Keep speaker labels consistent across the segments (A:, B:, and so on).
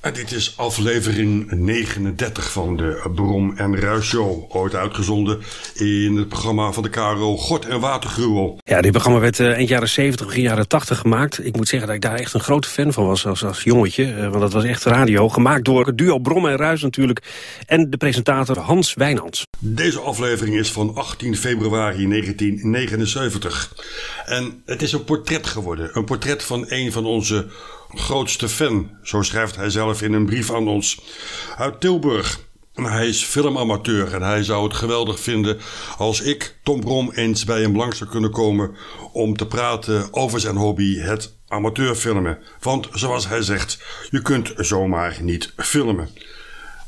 A: En dit is aflevering 39 van de Brom en Ruis Show. Ooit uitgezonden in het programma van de KRO Gort en Watergruwel.
B: Ja, dit programma werd eh, eind jaren 70, begin jaren 80 gemaakt. Ik moet zeggen dat ik daar echt een grote fan van was als, als jongetje. eh, want dat was echt radio. Gemaakt door het duo Brom en Ruis natuurlijk. En de presentator Hans Wijnands.
A: Deze aflevering is van 18 februari 1979. En het is een portret geworden. Een portret van een van onze grootste fan. Zo schrijft hij zelf in een brief aan ons. Uit Tilburg. En Hij is filmamateur en hij zou het geweldig vinden als ik, Tom Brom, eens bij hem langs zou kunnen komen om te praten over zijn hobby, het amateurfilmen. Want zoals hij zegt, je kunt zomaar niet filmen.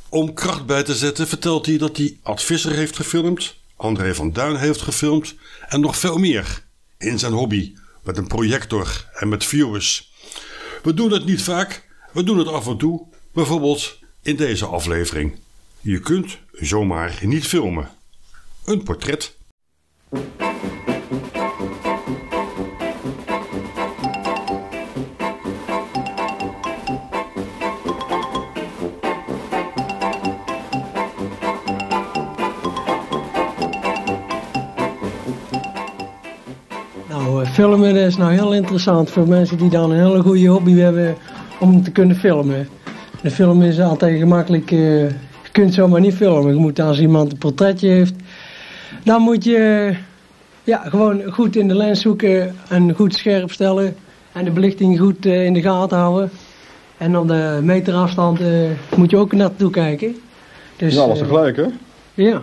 A: Om kracht bij te zetten vertelt hij dat hij Ad Visser heeft gefilmd, André van Duin heeft gefilmd en nog veel meer. In zijn hobby, met een projector en met viewers. We doen het niet vaak, we doen het af en toe, bijvoorbeeld in deze aflevering. Je kunt zomaar niet filmen. Een portret.
C: Nou, eh, filmen is nou heel interessant voor mensen die dan een hele goede hobby hebben om te kunnen filmen. De film is altijd gemakkelijk, eh, je kunt zomaar niet filmen. Je moet als iemand een portretje heeft, dan moet je eh, ja, gewoon goed in de lens zoeken en goed scherp stellen. En de belichting goed eh, in de gaten houden. En op de meterafstand eh, moet je ook naartoe kijken. Dus,
D: Ja, alles
C: eh,
D: tegelijk, hè?
C: ja,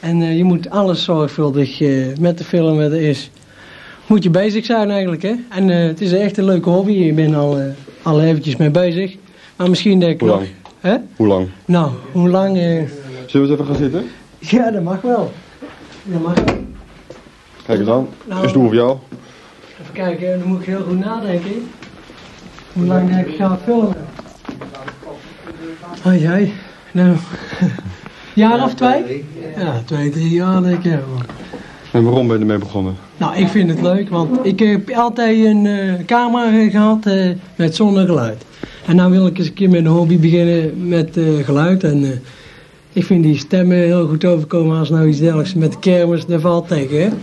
C: en eh, je moet alles zorgvuldig eh, met de film wat er is. Moet je bezig zijn eigenlijk, hè? En eh, het is echt een leuke hobby. Ik ben al, eh, al eventjes mee bezig. Maar misschien denk ik
D: Hoe
C: nog...
D: lang?
C: Hè?
D: Hoe lang?
C: Nou, hoe lang... eh,
D: Zullen we eens even gaan zitten?
C: Ja, dat mag wel. Dat mag wel.
D: Kijk eens aan.
C: Nou.
D: Is het voor jou?
C: Even kijken, dan moet ik heel goed nadenken. Hoe lang denk ik ga filmen? Hoi, hoi. Nou, jaar of twee? Ja, twee, drie jaar denk ik. ja, man.
D: En waarom ben je ermee begonnen?
C: Nou, ik vind het leuk, want ik heb altijd een eh, camera eh, gehad eh, met zonnegeluid. En nou wil ik eens een keer met een hobby beginnen met eh, geluid. En eh, ik vind die stemmen heel goed overkomen als nou iets dergelijks met de kermis, daar valt tegen. Hè?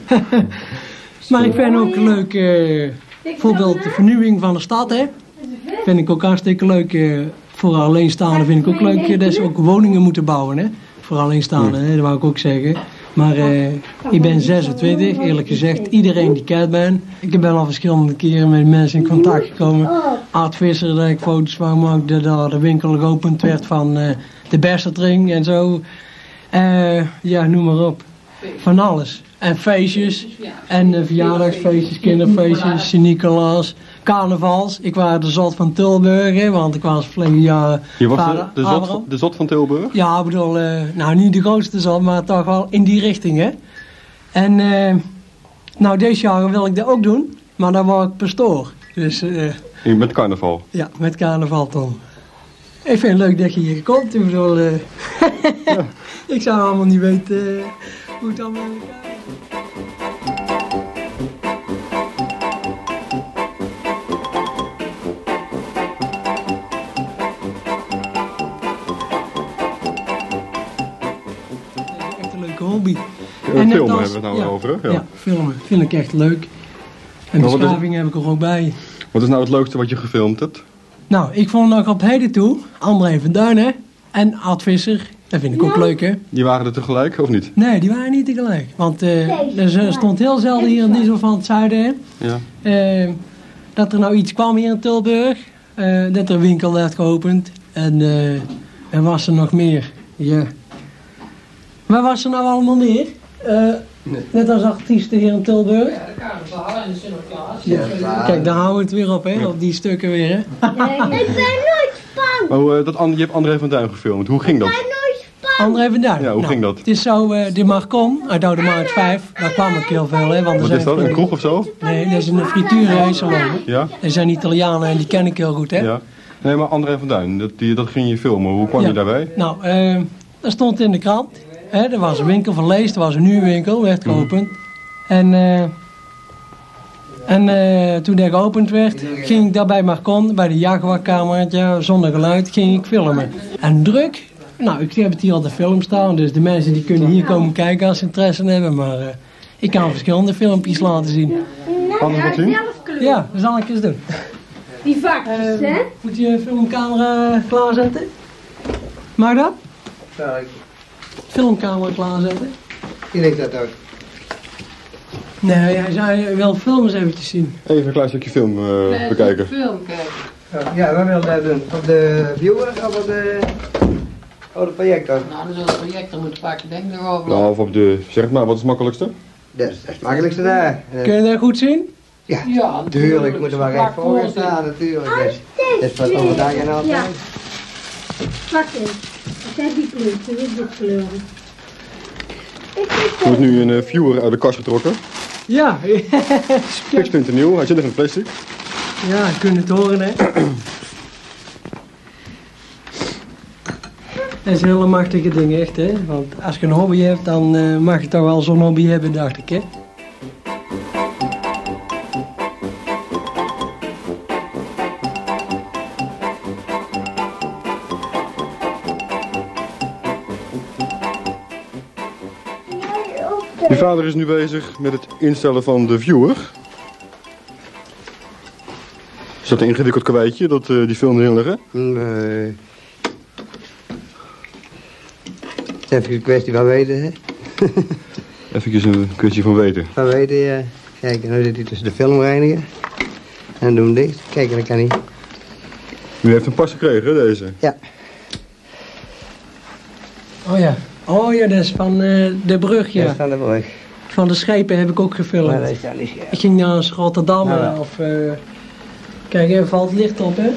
C: maar ik vind ook leuk, eh, bijvoorbeeld de vernieuwing van de stad, hè? Vind ik ook hartstikke leuk. eh, voor alleenstaanden vind ik ook leuk eh, dat ze ook woningen moeten bouwen, hè? Voor alleenstaanden, hè? dat wou ik ook zeggen. Maar eh, ik ben 26, eerlijk gezegd. Iedereen die kent ben. Ik ben al verschillende keren met mensen in contact gekomen. Aad Visser, dat ik foto's van maak. Dat daar de winkel geopend werd van eh, de Bestertring en zo. Eh, ja, noem maar op. Van alles. En feestjes. En eh, verjaardagsfeestjes, kinderfeestjes, Sint-Nicolaas. Carnavals. Ik was de zot van Tilburg, hè, want ik was verleden jaar
D: Je was
C: vader
D: de, de, zot,
C: Abraham.
D: van- de zot van Tilburg?
C: Ja, ik bedoel, eh, nou niet de grootste zal, maar toch wel in die richting, hè. En eh, nou, deze jaren wil ik dat ook doen, maar dan word ik pastoor. Dus eh,
D: Je bent carnaval.
C: ja, met carnaval dan. Ik vind het leuk dat je hier komt. Ik bedoel, eh, ik zou allemaal niet weten eh, hoe het allemaal in elkaar zit. Het is echt een leuke hobby.
D: Eh,
C: net
D: filmen
C: als-
D: hebben we het nou
C: ja,
D: over, hè? Ja.
C: filmen vind ik echt leuk. En
D: Maar wat is-
C: beschaving heb ik er ook bij.
D: Wat is nou het leukste wat je gefilmd hebt?
C: Nou, ik vond nog op heden toe André van Duin hè, en Ad Visser. Dat vind ik ook leuk, hè?
D: Die waren er tegelijk, of niet?
C: Nee, die waren niet tegelijk. Want eh, er z- stond heel zelden hier in Diesel van het Zuiden hè,
D: Ja.
C: eh, dat er nou iets kwam hier in Tilburg. eh, dat er een winkel werd geopend. En eh, er was er nog meer. Ja. Waar was er nou allemaal meer? Eh, Net als artiesten hier in Tilburg. Ja, Kijk, daar houden we het weer op, hè? Op die stukken weer, hè?
E: Ik ben nooit bang.
D: Oh, eh, dat, An- je hebt André van Duin gefilmd. Hoe ging
E: Ik ben
D: dat?
E: nooit bang.
C: André van Duin.
D: Ja, hoe
C: Nou,
D: ging dat?
C: Het is zo, eh, de Marcon uit Oude Maart 5, daar kwam ik heel veel, hè. Want er
D: Wat is dat, een
C: zijn,
D: kroeg of zo?
C: nee, dat is een frituurhuis.
D: Ja?
C: Er zijn Italianen en die ken ik heel goed, hè.
D: Ja. Nee, maar André van Duin, dat, die, dat ging je filmen. Hoe kwam
C: Ja.
D: je daarbij?
C: Nou, eh, dat stond in de krant. Hè, er
D: Mhm.
C: was een winkel van Lees, er was een nieuwe winkel, werd geopend. En eh, En eh, toen dat geopend werd, ging ik daar bij Marcon, bij de Jaguar-cameraatje, zonder geluid, ging ik filmen. En druk? Nou, ik heb het hier al de film staan, dus de mensen die kunnen hier komen kijken als ze interesse hebben. Maar eh, ik kan verschillende filmpjes laten zien.
D: Kan ik dat zien?
E: zelf kleur.
C: Ja, dat zal ik eens doen.
E: Die vakjes, hè?
C: Moet je filmcamera eh, klaarzetten? Mag dat?
F: Ja, ik,
C: Filmcamera klaarzetten?
F: ik denk dat ook.
C: Nee, hij zei, wil films eventjes zien.
D: Even een klein stukje film eh, bekijken.
G: Film kijken.
F: Ja, we willen dat doen. Op de viewer of op de... Oh, de project dan.
G: Nou, dat is wel een project, dan moet vaak denken erover.
D: Nou, of op de... Zeg het maar, wat is het makkelijkste?
F: Dat is het makkelijkste daar.
C: Kun
F: Eh,
C: je dat goed zien?
F: Ja,
G: Ja,
F: natuurlijk moeten we recht voor gaan staan, natuurlijk. Dus, Dat is- Dat is wat overdag en
E: Ja.
F: altijd.
E: Pak eens. Dat zijn die kleuren, dat is die kleuren. Ik vind
D: Er wordt nu een eh, viewer uit de kast getrokken.
C: Ja,
D: Niks nieuw, hij zit nog in het plastic.
C: ja, je kunt het horen hè. Dat is een hele machtige ding echt hè. Want als je een hobby hebt, dan eh, mag je toch wel zo'n hobby hebben, dacht ik hè.
E: jij ook
D: Je
E: de...
D: vader is nu bezig met het instellen van de viewer. Is dat een ingewikkeld kwijtje dat eh, die film erin leggen?
F: hm, Nee. Het is even een kwestie van weten, hè?
D: Even een kwestie van weten.
F: Van weten, ja. Kijk, en dan zit hij tussen de filmreiniger. En doen dicht. Kijk, en dan kan hij.
D: U heeft een pas gekregen, hè, deze?
F: Ja.
C: Oh ja. Oh ja, dat is van eh, de brug
F: Ja.
C: ja.
F: Staan er wel weg.
C: Van de schepen heb ik ook
F: Maar dat
C: gefilmd.
F: is dan niet scherp.
C: Ik ging naar eens Rotterdam
F: Ja.
C: eh, of... eh, Kijk, even valt licht op hè.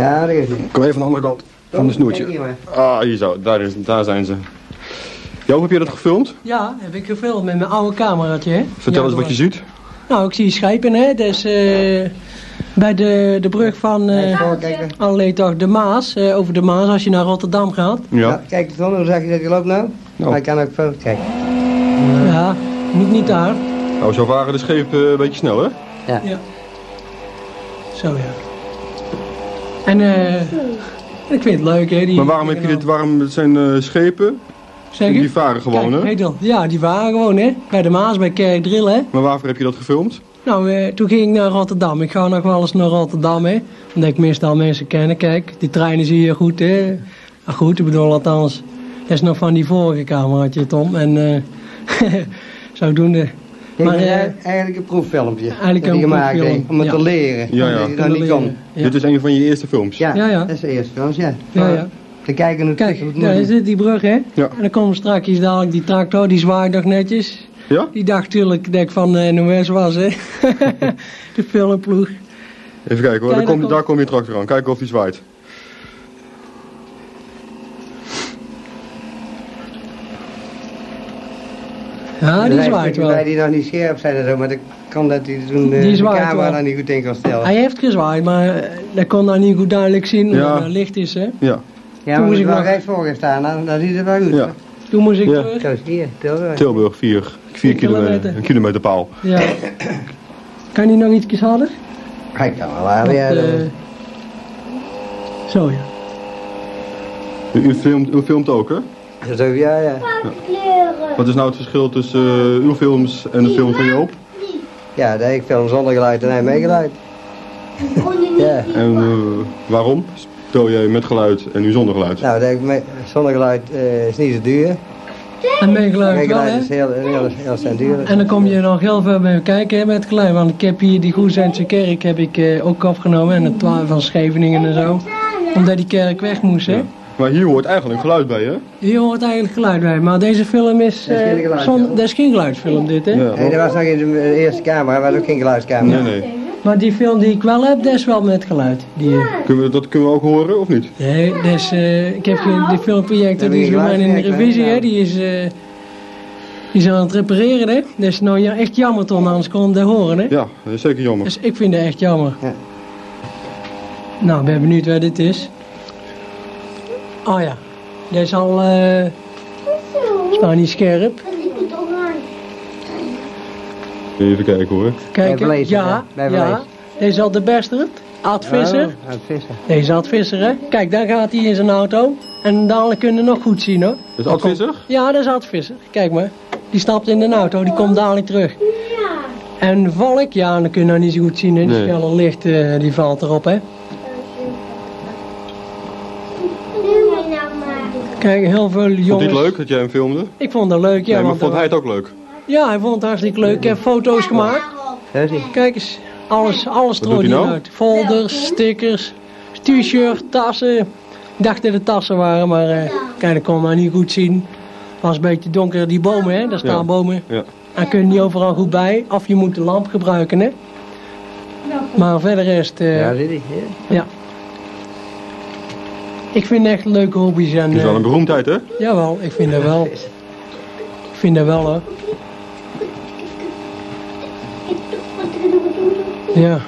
F: Ja, dat is niet.
D: Kom even aan de andere kant van het
F: Kijk hier
D: snoertje.
F: maar.
D: Ah, hier zo, daar, is, daar zijn ze. Joop, heb je dat gefilmd?
C: Ja, heb ik gefilmd met mijn oude cameraatje hè.
D: Vertel
C: Ja,
D: eens wat je ziet.
C: Nou, ik zie schepen, hè. Dat is eh, bij de, de brug van
F: Kijk,
C: eh
F: voor, kijk. hè.
C: allee, toch, de Maas, eh, over de Maas, als je naar Rotterdam gaat.
F: Ja,
D: Ja.
F: kijk, de zon, hoe zag je dat je loopt nou?
D: Nou.
F: Hij kan ook fout kijken.
C: Ja, niet, niet daar.
D: Nou, zo varen de schepen eh, een beetje snel, hè?
C: Zo, ja. En eh, ik vind het leuk, hè. Die,
D: Maar waarom heb je dit, waarom het zijn eh, schepen?
C: Zeg
D: en
C: je?
D: Die varen gewoon,
C: Kijk,
D: hè?
C: weet je wel. Ja, die waren gewoon, hè. Bij de Maas, bij Kerkdrill, hè.
D: Maar waarvoor heb je dat gefilmd?
C: Nou, eh, toen ging ik naar Rotterdam. Ik ga nog wel eens naar Rotterdam, hè. Omdat ik meestal mensen kennen. Kijk, die treinen zie je goed, hè. Ah, goed, ik bedoel althans. Dat is nog van die vorige cameraatje, Tom. En eh zodoende...
F: Dit
C: Maar,
F: is
C: eh,
F: eh, eigenlijk een proeffilmpje.
C: eigenlijk
F: dat
C: een
F: hij gemaakt
C: proeffilm,
F: heeft, Om het
C: ja.
F: te leren.
D: Ja, ja.
F: Dat hij
C: Om
F: dat
C: te
F: niet
C: leren.
F: kan.
C: eh, Ja.
D: Dit is een van je eerste films.
F: Ja,
C: Ja, ja.
F: dat is de eerste films, ja.
C: Ja, ja.
F: Te kijken hoe
C: Kijk,
F: hoe het
C: daar
F: moet.
C: is dit, die brug, hè.
D: Ja.
C: En dan komt straks dadelijk die tractor, die zwaait nog netjes.
D: Ja?
C: Die dacht natuurlijk dat ik van eh, de NOS was, hè. de filmploeg.
D: Even kijken hoor,
C: Ja,
D: daar,
C: daar
D: komt
C: komt-
D: daar kom je tractor aan. Kijken of die zwaait.
C: Ja, die
F: Er zijn
C: zwaait
F: stukken
C: wel.
F: bij die nog niet scherp zijn en zo, maar dat kan dat hij toen eh,
C: Die
F: de
C: zwaait
F: camera
C: wel.
F: daar niet goed in kan stellen.
C: Hij heeft gezwaaid, maar eh, dat kon dan niet goed duidelijk zien
D: Ja.
C: omdat het licht is, hè.
D: Ja.
F: ja,
C: toen
F: maar
C: moest
F: moet
C: ik
F: wel
C: nog-
F: recht voor gaan staan, dan, dan ziet het wel goed.
D: Ja.
C: Toen moest ik
D: Ja.
C: terug.
F: Zo is het hier, Tilburg.
D: Tilburg, 4 4 kilometer,
C: kilometer.
D: een kilometerpaal.
C: Ja. Kan die nog iets harder?
F: Hij kan wel aan,
C: Want,
F: ja. dat-
C: eh, Zo ja.
D: U, u, filmt, u filmt ook hè?
F: dat is ook- ja, ja.
E: kleuren.
D: Wat is nou het verschil tussen eh, uw films en de film van Joop?
F: Ja, dat ik film zonder geluid en hij meegeluid.
E: Ondernieuw.
F: Ja.
D: En eh, waarom speel jij met geluid en u zonder geluid?
F: Nou, dat ik me- zonder geluid eh, is niet zo duur.
C: En mijn
F: Met
C: geluid wel
F: geluid
C: hè.
F: is heel, heel, heel zijn duur.
C: En dan kom je nog heel veel bij kijken hè, met het geluid. Want ik heb hier die Goezijnse kerk heb ik eh, ook afgenomen. En het twaalf van Scheveningen en zo. Omdat die kerk weg moest hè.
D: Maar hier hoort eigenlijk geluid bij hè?
C: Hier hoort eigenlijk geluid bij. Maar deze film is...
F: Dat is geen
C: eh,
F: geluid,
C: zon-
F: hè?
C: dat is geen geluidsfilm dit hè.
D: Ja.
F: Nee, dat was nog in de de eerste camera, maar ook geen geluidscamera.
D: Nee, nee.
C: Maar die film die ik wel heb, dat is wel met geluid. Die, eh,
D: Kunnen we, dat kunnen we ook horen of niet?
C: Nee, dus eh, ik heb geen- die filmprojecten,
F: Dan
C: die is
F: ben
C: bij
F: je
C: mij in de
F: geluid, hè?
C: revisie, hè,
F: Ja.
C: die is, eh, die is aan het repareren, hè. Dat is nou ja, echt jammer, Ton, anders kon ik dat horen, hè.
D: Ja, dat is zeker jammer.
C: Dus ik vind dat echt jammer.
F: Ja.
C: Nou, ik ben benieuwd waar dit is. Oh ja, dat is al, eh, is
E: Zo.
C: nou niet scherp.
E: En ik moet ook aan.
D: Even kijken hoor.
F: Bij
C: Kijk, hè?
F: Vlees,
C: ja,
F: hè? Bij
C: ja.
F: Vlees.
C: Deze is al de beste. Aad Visser.
F: Oh, Aad Visser.
C: Deze is Aad Visser, hè. Kijk, daar gaat hij in zijn auto. En dadelijk kunnen we nog goed zien, hoor.
D: Dat is Ad Visser?
C: Ja, dat is Ad Visser. Kijk maar. Die stapt in de auto, die komt dadelijk terug. En Valk, ja, dan kun je nou niet zo goed zien. hè. Die
D: Nee.
C: felle licht, eh, die valt erop, hè.
E: nou
C: Kijk, heel veel
D: Vond je
C: jongens.
D: het leuk dat jij hem filmde?
C: Ik vond dat leuk, ja.
D: nee, maar
C: want eh,
D: vond
C: er-
D: hij het ook leuk?
C: Ja, hij vond het hartstikke leuk. Ik heb foto's gemaakt.
F: Daar is hij.
C: Kijk eens, alles, alles
D: Wat doet
C: strooit
D: hij
C: hier
D: nou?
C: uit. Folders, stickers, t-shirt, tassen. Ik dacht dat het tassen waren, maar eh, kijk, dat kon maar niet goed zien. Het was een beetje donker, die bomen, hè? Daar staan
D: Ja.
C: bomen.
D: Ja.
C: Daar kun je niet overal goed bij. Of je moet de lamp gebruiken, hè? Maar verder is het... eh,
F: Daar zit hij. ja.
C: Ik vind echt leuke hobby's. En,
D: Het is wel
C: eh,
D: een beroemdheid hè?
C: Jawel, ik vind dat wel. Ik vind dat wel, hoor. Ja.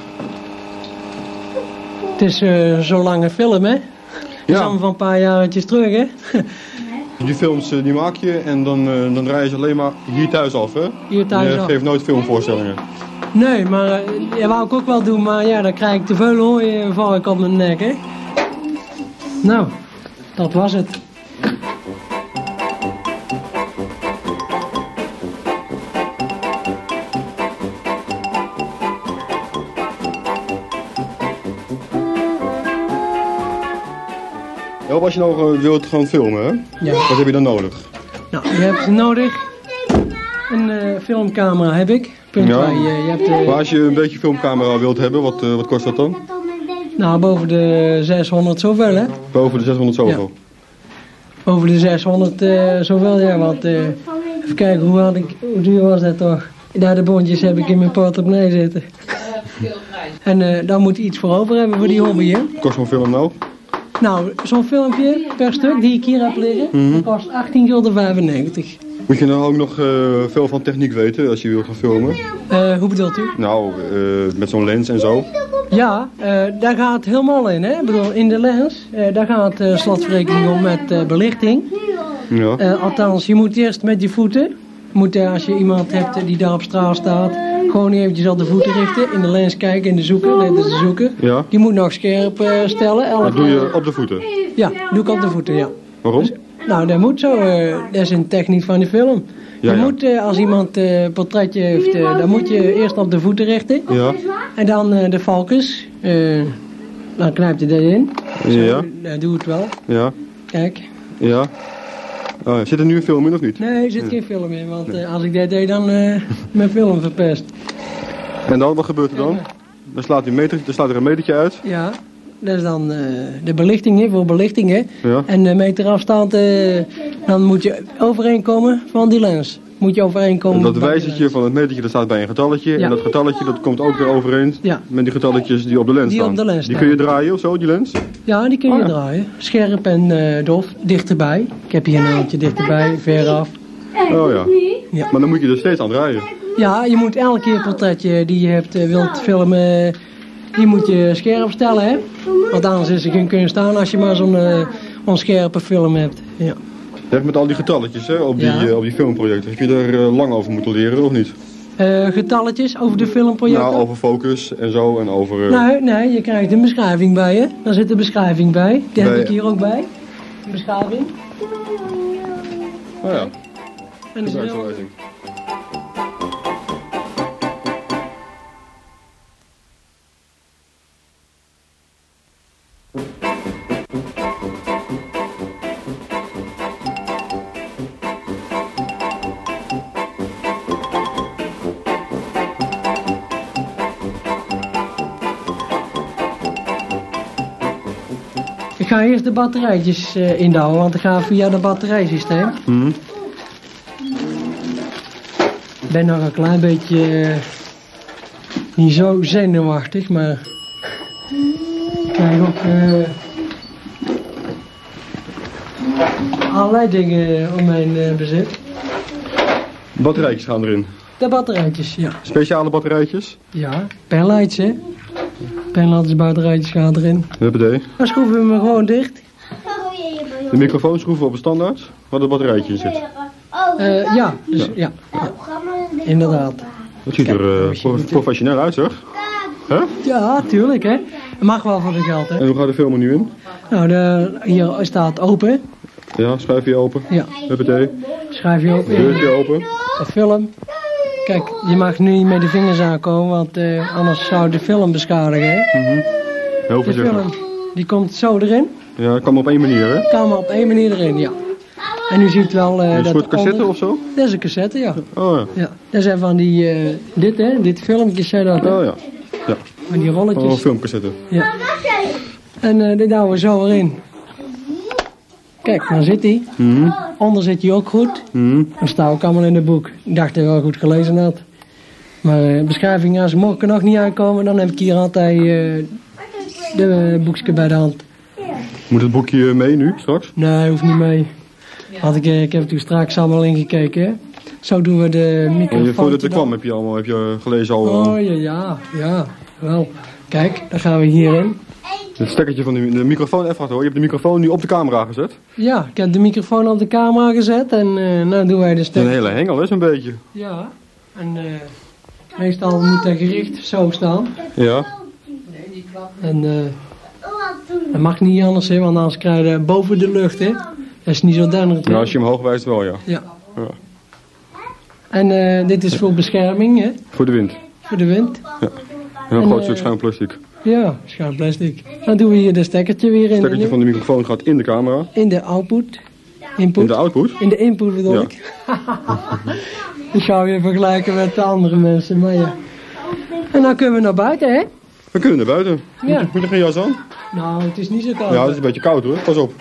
C: Het is eh zo'n lange film, hè? Ja.
D: Ja.
C: Samen van een paar jaartjes terug, hè?
D: Die films eh, die maak je en dan, eh, dan draai je ze alleen maar hier thuis af hè?
C: Hier thuis
D: Je
C: al.
D: geeft nooit filmvoorstellingen.
C: Nee, maar eh, dat wou ik ook wel doen, maar ja, dan krijg ik te veel hooi en val ik op mijn nek, hè? Nou, dat was het.
D: Joop, als je nou eh, wilt gaan filmen hè?
C: Ja.
D: Wat heb je dan nodig?
C: Nou, je hebt nodig. Een eh, filmcamera heb ik. Punt
D: Ja.
C: waar je, je hebt eh,
D: Maar als je een beetje filmcamera wilt hebben, wat, eh, wat kost dat dan?
C: nou, boven de 600 zoveel, hè?
D: Boven de 600 zoveel.
C: Over de 600 eh, zoveel, ja, want... eh, even kijken, hoe, had ik, hoe duur was dat toch? Daar de bondjes heb ik in mijn portemonnee zitten. En eh daar moet je iets voor over hebben voor die hobby, hè?
D: Kost zo'n film nou?
C: Nou, zo'n filmpje per stuk die ik hier heb liggen, dat kost 18,95
D: Moet je nou ook nog eh, veel van techniek weten als je wilt gaan filmen?
C: Eh, hoe bedoelt u?
D: Nou, eh, met zo'n lens en zo.
C: Ja, eh, daar gaat helemaal in, hè? Ik bedoel, in de lens, eh, daar gaat eh slotverrekening om met eh, belichting.
D: Ja.
C: Eh, althans, je moet eerst met je voeten, moet, eh, als je iemand hebt eh, die daar op straat staat, gewoon eventjes op de voeten richten, in de lens kijken, in de zoeker, net als de zoeker.
D: Ja.
C: Je moet nog scherp eh, stellen. elf-
D: Dat doe je op de voeten.
C: Ja, doe ik op de voeten, ja.
D: Waarom?
C: Nou, dat moet zo. eh, dat is een techniek van de film.
D: Ja,
C: je
D: ja.
C: moet, eh, als iemand eh, een portretje heeft, eh, dan moet je eerst op de voeten richten.
D: Ja.
C: En dan eh, de valkens. eh, dan knijp je dat in.
D: Ja.
C: Dat Eh, doe het wel.
D: Ja.
C: Kijk.
D: Ja. Oh, zit er nu een film in of niet?
C: Nee, er zit geen film in, want eh, als ik dat deed, dan eh, mijn film verpest.
D: En dan, wat gebeurt er dan? Dan slaat, die meter, dan slaat er een metertje uit.
C: Ja, dat is dan eh, de belichting, hè, voor belichting, hè.
D: Ja.
C: En de meter afstand, eh, dan moet je overeenkomen van die lens. Moet je overeenkomen
D: En dat
C: van die
D: wijzertje
C: lens.
D: van het metertje dat staat bij een getalletje.
C: Ja.
D: En dat getalletje dat komt ook weer overeen
C: Ja.
D: met die getalletjes die op de lens
C: Die
D: staan.
C: op de lens
D: Die kun
C: staan.
D: je draaien of zo, die lens?
C: Ja, die kun je
D: Oh, ja.
C: draaien. Scherp en eh, dof, dichterbij. Ik heb hier een handje dichterbij, veraf.
D: Oh ja.
C: Ja.
D: Maar dan moet je er steeds aan draaien.
C: Ja, je moet elke keer portretje die je hebt, eh, wilt filmen, die moet je scherp stellen, hè. Want anders is er geen kunst aan als je maar zo'n eh, onscherpe film hebt. Ja.
D: Je hebt met al die getalletjes hè, op, die,
C: Ja.
D: eh, op die filmprojecten. Heb je er eh, lang over moeten leren of niet?
C: Eh, getalletjes over de filmprojecten?
D: Nou, over focus en zo en over... eh,
C: Nee, Nou, nee, je krijgt een beschrijving bij je. Daar zit een beschrijving bij. Die heb
D: Bij-
C: ik hier ook bij. Een beschrijving.
D: oh ja,
C: En er zit wel-
D: gebruiksaanwijzing.
C: Ik ga eerst de batterijtjes eh indouwen, want ik ga via het batterijsysteem.
D: Mhm.
C: Ik ben nog een klein beetje eh, niet zo zenuwachtig, maar ik krijg ook eh, allerlei dingen om mijn eh, bezit.
D: Batterijtjes gaan erin.
C: De batterijtjes, ja.
D: Speciale batterijtjes.
C: Ja, penlights, hè. Penlights, batterijtjes gaan erin.
D: Huppatee.
C: Dan schroeven we hem gewoon dicht.
D: De microfoon schroeven op een standaard,
E: Oh,
D: waar het batterijtje in zit.
C: Eh, ja, dus, ja,
H: Ja.
C: inderdaad.
D: Dat ziet
C: Kijk,
D: er eh,
C: misschien
D: pro-
C: niet.
D: professioneel uit, zeg. Hè?
C: Ja, tuurlijk hè. Het mag wel voor de geld hè.
D: En hoe gaat de film er nu in?
C: Nou, de, hier staat open.
D: Ja, schuif je open.
C: Ja,
D: Huppatee.
C: schrijf je open.
D: Deurtje open.
C: De film. Kijk, je mag nu niet met de vingers aankomen, want eh, anders zou de film beschadigen. Hè?
D: Heel
C: De film,
D: voorzichtig.
C: die komt zo erin.
D: Ja, dat kan maar op één manier, hè?
C: Kan maar op één manier erin, ja. En u ziet wel eh
D: Een
C: dat...
D: soort cassette
C: onder-
D: of zo?
C: Dat is een cassette, ja.
D: Oh ja.
C: ja. Dat zijn van die... eh, dit, hè. Dit filmpjes zijn dat, hè,
D: Oh ja. Ja,
C: Van die
D: oh, een
C: rolletjes.
D: filmcassette.
C: Ja. En eh, dit houden we zo erin. Kijk, daar zit hij.
D: Mhm.
C: Onder zit hij ook goed.
D: Mhm.
C: Dat staat ook allemaal in het boek. Ik dacht dat ik wel goed gelezen had. Maar eh, beschrijvingen, als ze morgen nog niet aankomen, dan heb ik hier altijd eh, de eh, boekje bij de hand.
D: Moet het boekje mee nu, straks?
C: Nee, hoeft niet mee. Want ik, eh, ik heb toen straks allemaal ingekeken. Hè? Zo doen we de
D: En Oh, je,
C: microfoon.
D: voordat
C: te
D: je
C: dan-
D: kwam heb je allemaal heb je eh, gelezen al. eh,
C: Oh ja, ja, ja, wel. Kijk, dan gaan we hierin.
D: Het stekkertje van de, de microfoon even wachten hoor. Je hebt de microfoon nu op de camera gezet.
C: Ja, ik heb de microfoon op de camera gezet en eh nou doen wij de
D: Een
C: stuk.
D: hele hengel is een beetje.
C: Ja, en eh, meestal moet dat gericht zo staan.
D: Ja.
C: En eh, dat mag niet anders, hè, want anders krijg je boven de lucht, hè. Dat is niet zo duidelijk.
D: Nou, als je hem hoog wijst wel ja.
C: Ja.
D: Ja.
C: En eh, dit is voor bescherming, hè,
D: Voor de wind.
C: voor de wind.
D: En een
C: En,
D: groot
C: eh,
D: stuk schuin plastic.
C: Ja, schuin plastic. Dan doen we hier de stekkertje weer in.
D: Het stekkertje
C: de,
D: van de microfoon gaat in de camera.
C: In de output.
D: In
C: Input.
D: de output.
C: In de input bedoel
D: Ja.
C: ik. ik ga weer vergelijken met de andere mensen, maar ja. En dan kunnen we naar buiten, hè?
D: We kunnen naar buiten.
C: Ja.
D: Moet je- Moet je geen jas aan?
C: Nou, het is niet zo koud.
D: Ja, het is een beetje koud hoor. Pas op.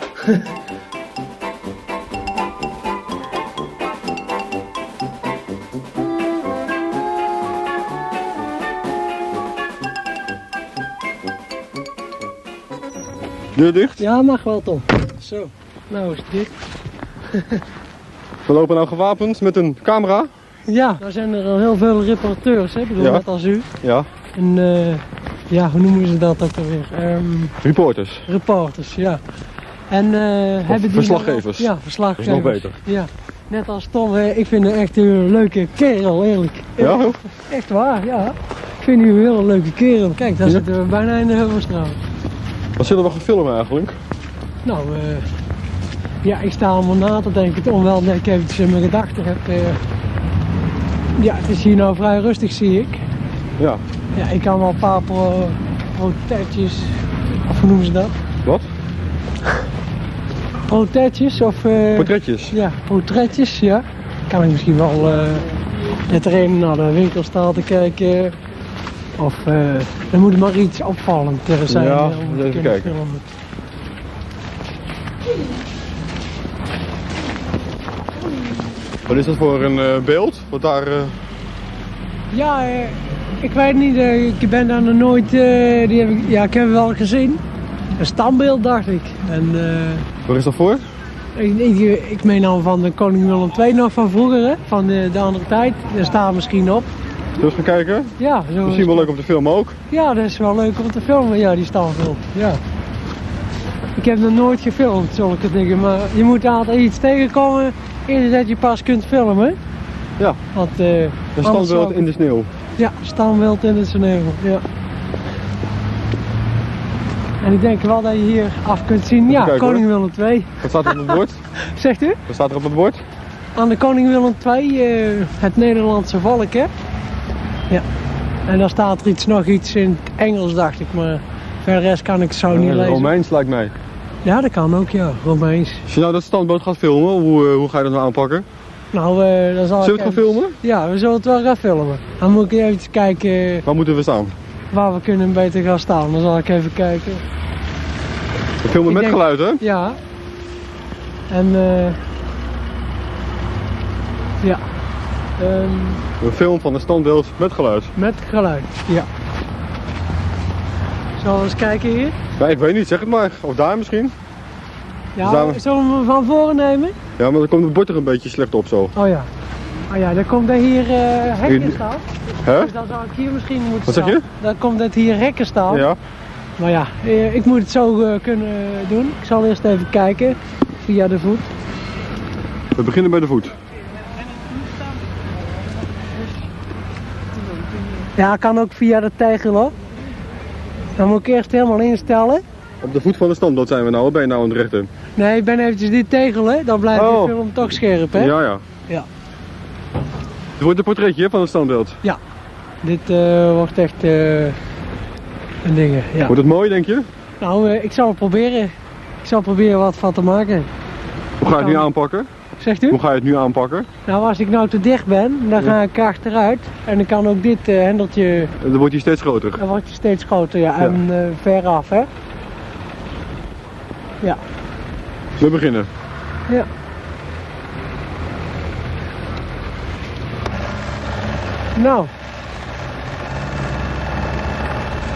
D: Deur dicht.
C: Ja, mag wel, Tom. Zo, nou is het dicht.
D: We lopen nou gewapend met een camera.
C: Ja, daar zijn er al heel veel reporteurs, hè? Ik bedoel,
D: Ja.
C: net als u.
D: Ja,
C: En, eh, ja, hoe noemen ze dat ook alweer? Ehm,
D: reporters.
C: reporters, ja. En, eh, hebben die
D: verslaggevers.
C: dan ook- ja, verslaggevers.
D: Dat is nog beter.
C: Ja. Net als Tom, eh, ik vind hem echt een leuke kerel, eerlijk.
D: Ja, joh.
C: Echt waar, ja. Ik vind u een heel leuke kerel. Kijk, daar
D: Ja.
C: zitten we bijna in de Heuvelstraat.
D: wat zullen we gaan filmen eigenlijk?
C: Nou, eh, ja, ik sta allemaal na te denken, onwel dat ik eventjes in mijn gedachten heb. eh. ja, het is hier nou vrij rustig, zie ik.
D: Ja,
C: Ja, ik kan wel een paar pro protestjes, of hoe noemen ze dat?
D: wat?
C: Protestjes of... eh,
D: Portretjes.
C: Ja, portretjes, ja. Kan ik misschien wel eh net er een naar de winkel staan te kijken. Of eh er moet maar iets opvallend eh, zijn
D: Ja,
C: eh, om te
D: even
C: kunnen
D: kijken.
C: filmen.
D: Wat is dat voor een eh, beeld? Wat daar... eh,
C: Ja, eh, ik weet niet, eh, ik ben daar nog nooit, eh, die heb ik, ja, ik heb hem wel gezien. Een standbeeld dacht ik. En eh,
D: Waar is dat voor?
C: ik, ik, ik meen dan van de koning Willem II nog van vroeger, hè? van eh, de, de andere tijd. Daar staat misschien op.
D: Zullen we gaan kijken?
C: Ja, zo
D: Misschien wel leuk op de film ook.
C: Ja, dat is wel leuk om te filmen, ja, die standbeeld. Ja. Ik heb nog nooit gefilmd, zulke dingen, maar je moet altijd iets tegenkomen eerder dat je pas kunt filmen.
D: Ja.
C: Want, eh,
D: Een
C: anders
D: standbeeld
C: zou-
D: in de sneeuw.
C: Ja, standbeeld in het sneeuw, ja. En ik denk wel dat je hier af kunt zien, ja,
D: kijken,
C: koning Willem II.
D: Wat staat er op het bord?
C: Zegt u?
D: Wat staat er op het bord?
C: Aan de koning Willem II, eh, het Nederlandse volk, hè? Ja. En dan staat er iets, nog iets in het Engels, dacht ik, maar verder rest kan ik zo niet
D: Eh,
C: lezen.
D: Romeins lijkt mij.
C: Ja, dat kan ook, ja. Romeins.
D: Als je nou dat standbeeld gaat filmen, hoe, eh, hoe ga je dat nou aanpakken?
C: Nou, eh dan zal
D: Zullen we
C: ik
D: het gaan
C: even-
D: filmen?
C: Ja, we zullen het wel gaan filmen. Dan moet ik even kijken eh,
D: Waar moeten we staan?
C: waar we kunnen beter gaan staan. Dan zal ik even kijken.
D: We filmen
C: Ik
D: met
C: denk-
D: geluid, hè?
C: Ja. En, eh... Ja. Ehm,
D: We filmen van een standbeeld met geluid.
C: met geluid, ja. Zullen we eens kijken hier?
D: Ja, ik weet niet, zeg het maar. Of daar misschien.
C: Ja,
D: Zullen we-
C: zullen we hem van voren nemen?
D: Ja, maar dan komt het bord er een beetje slecht op zo.
C: Oh ja. Oh ja, dan komt er hier eh hekken
D: Hier-
C: staan.
D: Hè?
C: Dus dan zou ik hier misschien moeten
D: Wat zeg
C: staan.
D: je?
C: Dan komt dat hier hekken staan.
D: Ja.
C: Maar ja, eh, ik moet het zo eh, kunnen doen. Ik zal eerst even kijken via de voet.
D: We beginnen bij de voet.
C: Ja, kan ook via de tegel hoor. Dan moet ik eerst helemaal instellen.
D: Op de voet van de standbeeld zijn we nou, ben je nou aan het rechten?
C: Nee, ik ben eventjes dit tegelen, dan blijft
D: Oh.
C: de film toch scherp hè.
D: Ja, ja.
C: Ja.
D: Het wordt een portretje hè, van het standbeeld.
C: Dit eh, wordt echt eh, een ding. Ja.
D: Wordt het mooi, denk je?
C: Nou, eh, ik zal het proberen. Ik zal proberen wat van te maken.
D: Hoe ga je het nu
C: Ja.
D: aanpakken?
C: Zegt u?
D: Hoe ga je het nu aanpakken?
C: Nou, als ik nou te dicht ben, dan ga ik achteruit. En dan kan ook dit eh, hendeltje,
D: Eh, Dan wordt hij steeds groter.
C: dan wordt je steeds groter. Ja, en eh, ver af, hè.
D: We beginnen.
C: Ja. Nou.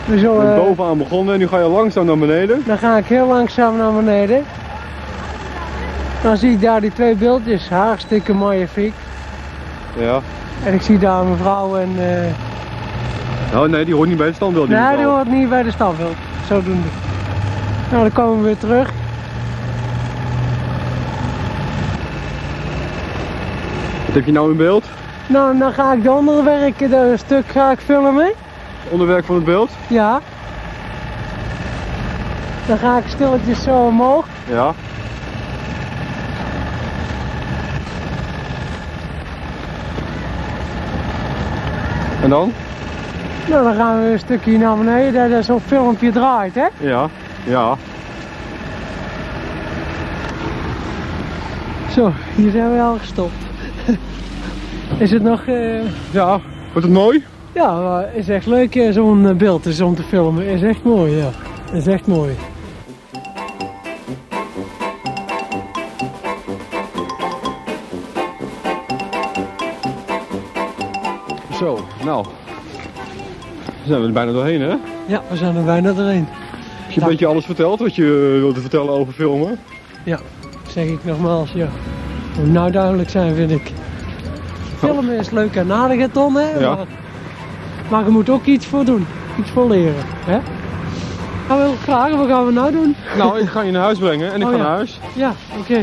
C: We
D: We
C: zullen... eh,
D: zijn bovenaan begonnen en nu ga je langzaam naar beneden.
C: Dan ga ik heel langzaam naar beneden. Dan zie ik daar die twee beeldjes, hartstikke magnifiek.
D: Ja.
C: En ik zie daar een mevrouw en... eh
D: Oh nee, die hoort niet bij het standbeeld. in
C: Nee,
D: ieder
C: die
D: geval.
C: hoort niet bij de standbeeld. Zodoende. Nou, dan komen we weer terug.
D: Wat heb je nou in beeld?
C: Nou, en dan ga ik de andere werken, dat stuk ga ik filmen.
D: Onderwerp van het beeld?
C: Ja. Dan ga ik stilletjes zo omhoog.
D: Ja. En dan?
C: Nou, dan gaan we een stukje naar beneden, dat er zo'n filmpje draait, hè.
D: Ja. Ja.
C: Zo, hier zijn we al gestopt. Is het nog... eh,
D: Ja. Wordt het mooi?
C: Ja, maar is echt leuk eh, zo'n eh, beeld is om te filmen. Is echt mooi, ja. Is echt mooi.
D: Zo, nou. Dan zijn we er bijna doorheen, hè?
C: Ja, we zijn er bijna doorheen.
D: Heb je een beetje alles verteld wat je eh, wilde vertellen over filmen?
C: Zeg ik nogmaals, ja. Moet nou duidelijk zijn, vind ik. Filmen is leuk en aardig, hè, Tom, hè?
D: Ja.
C: Maar, maar je moet ook iets voor doen. Iets voor leren, hè? Nou, wil ik vragen, wat gaan we nou doen?
D: Nou, ik ga je naar huis brengen en ik
C: Oh,
D: ga
C: ja.
D: naar huis.
C: Ja, oké.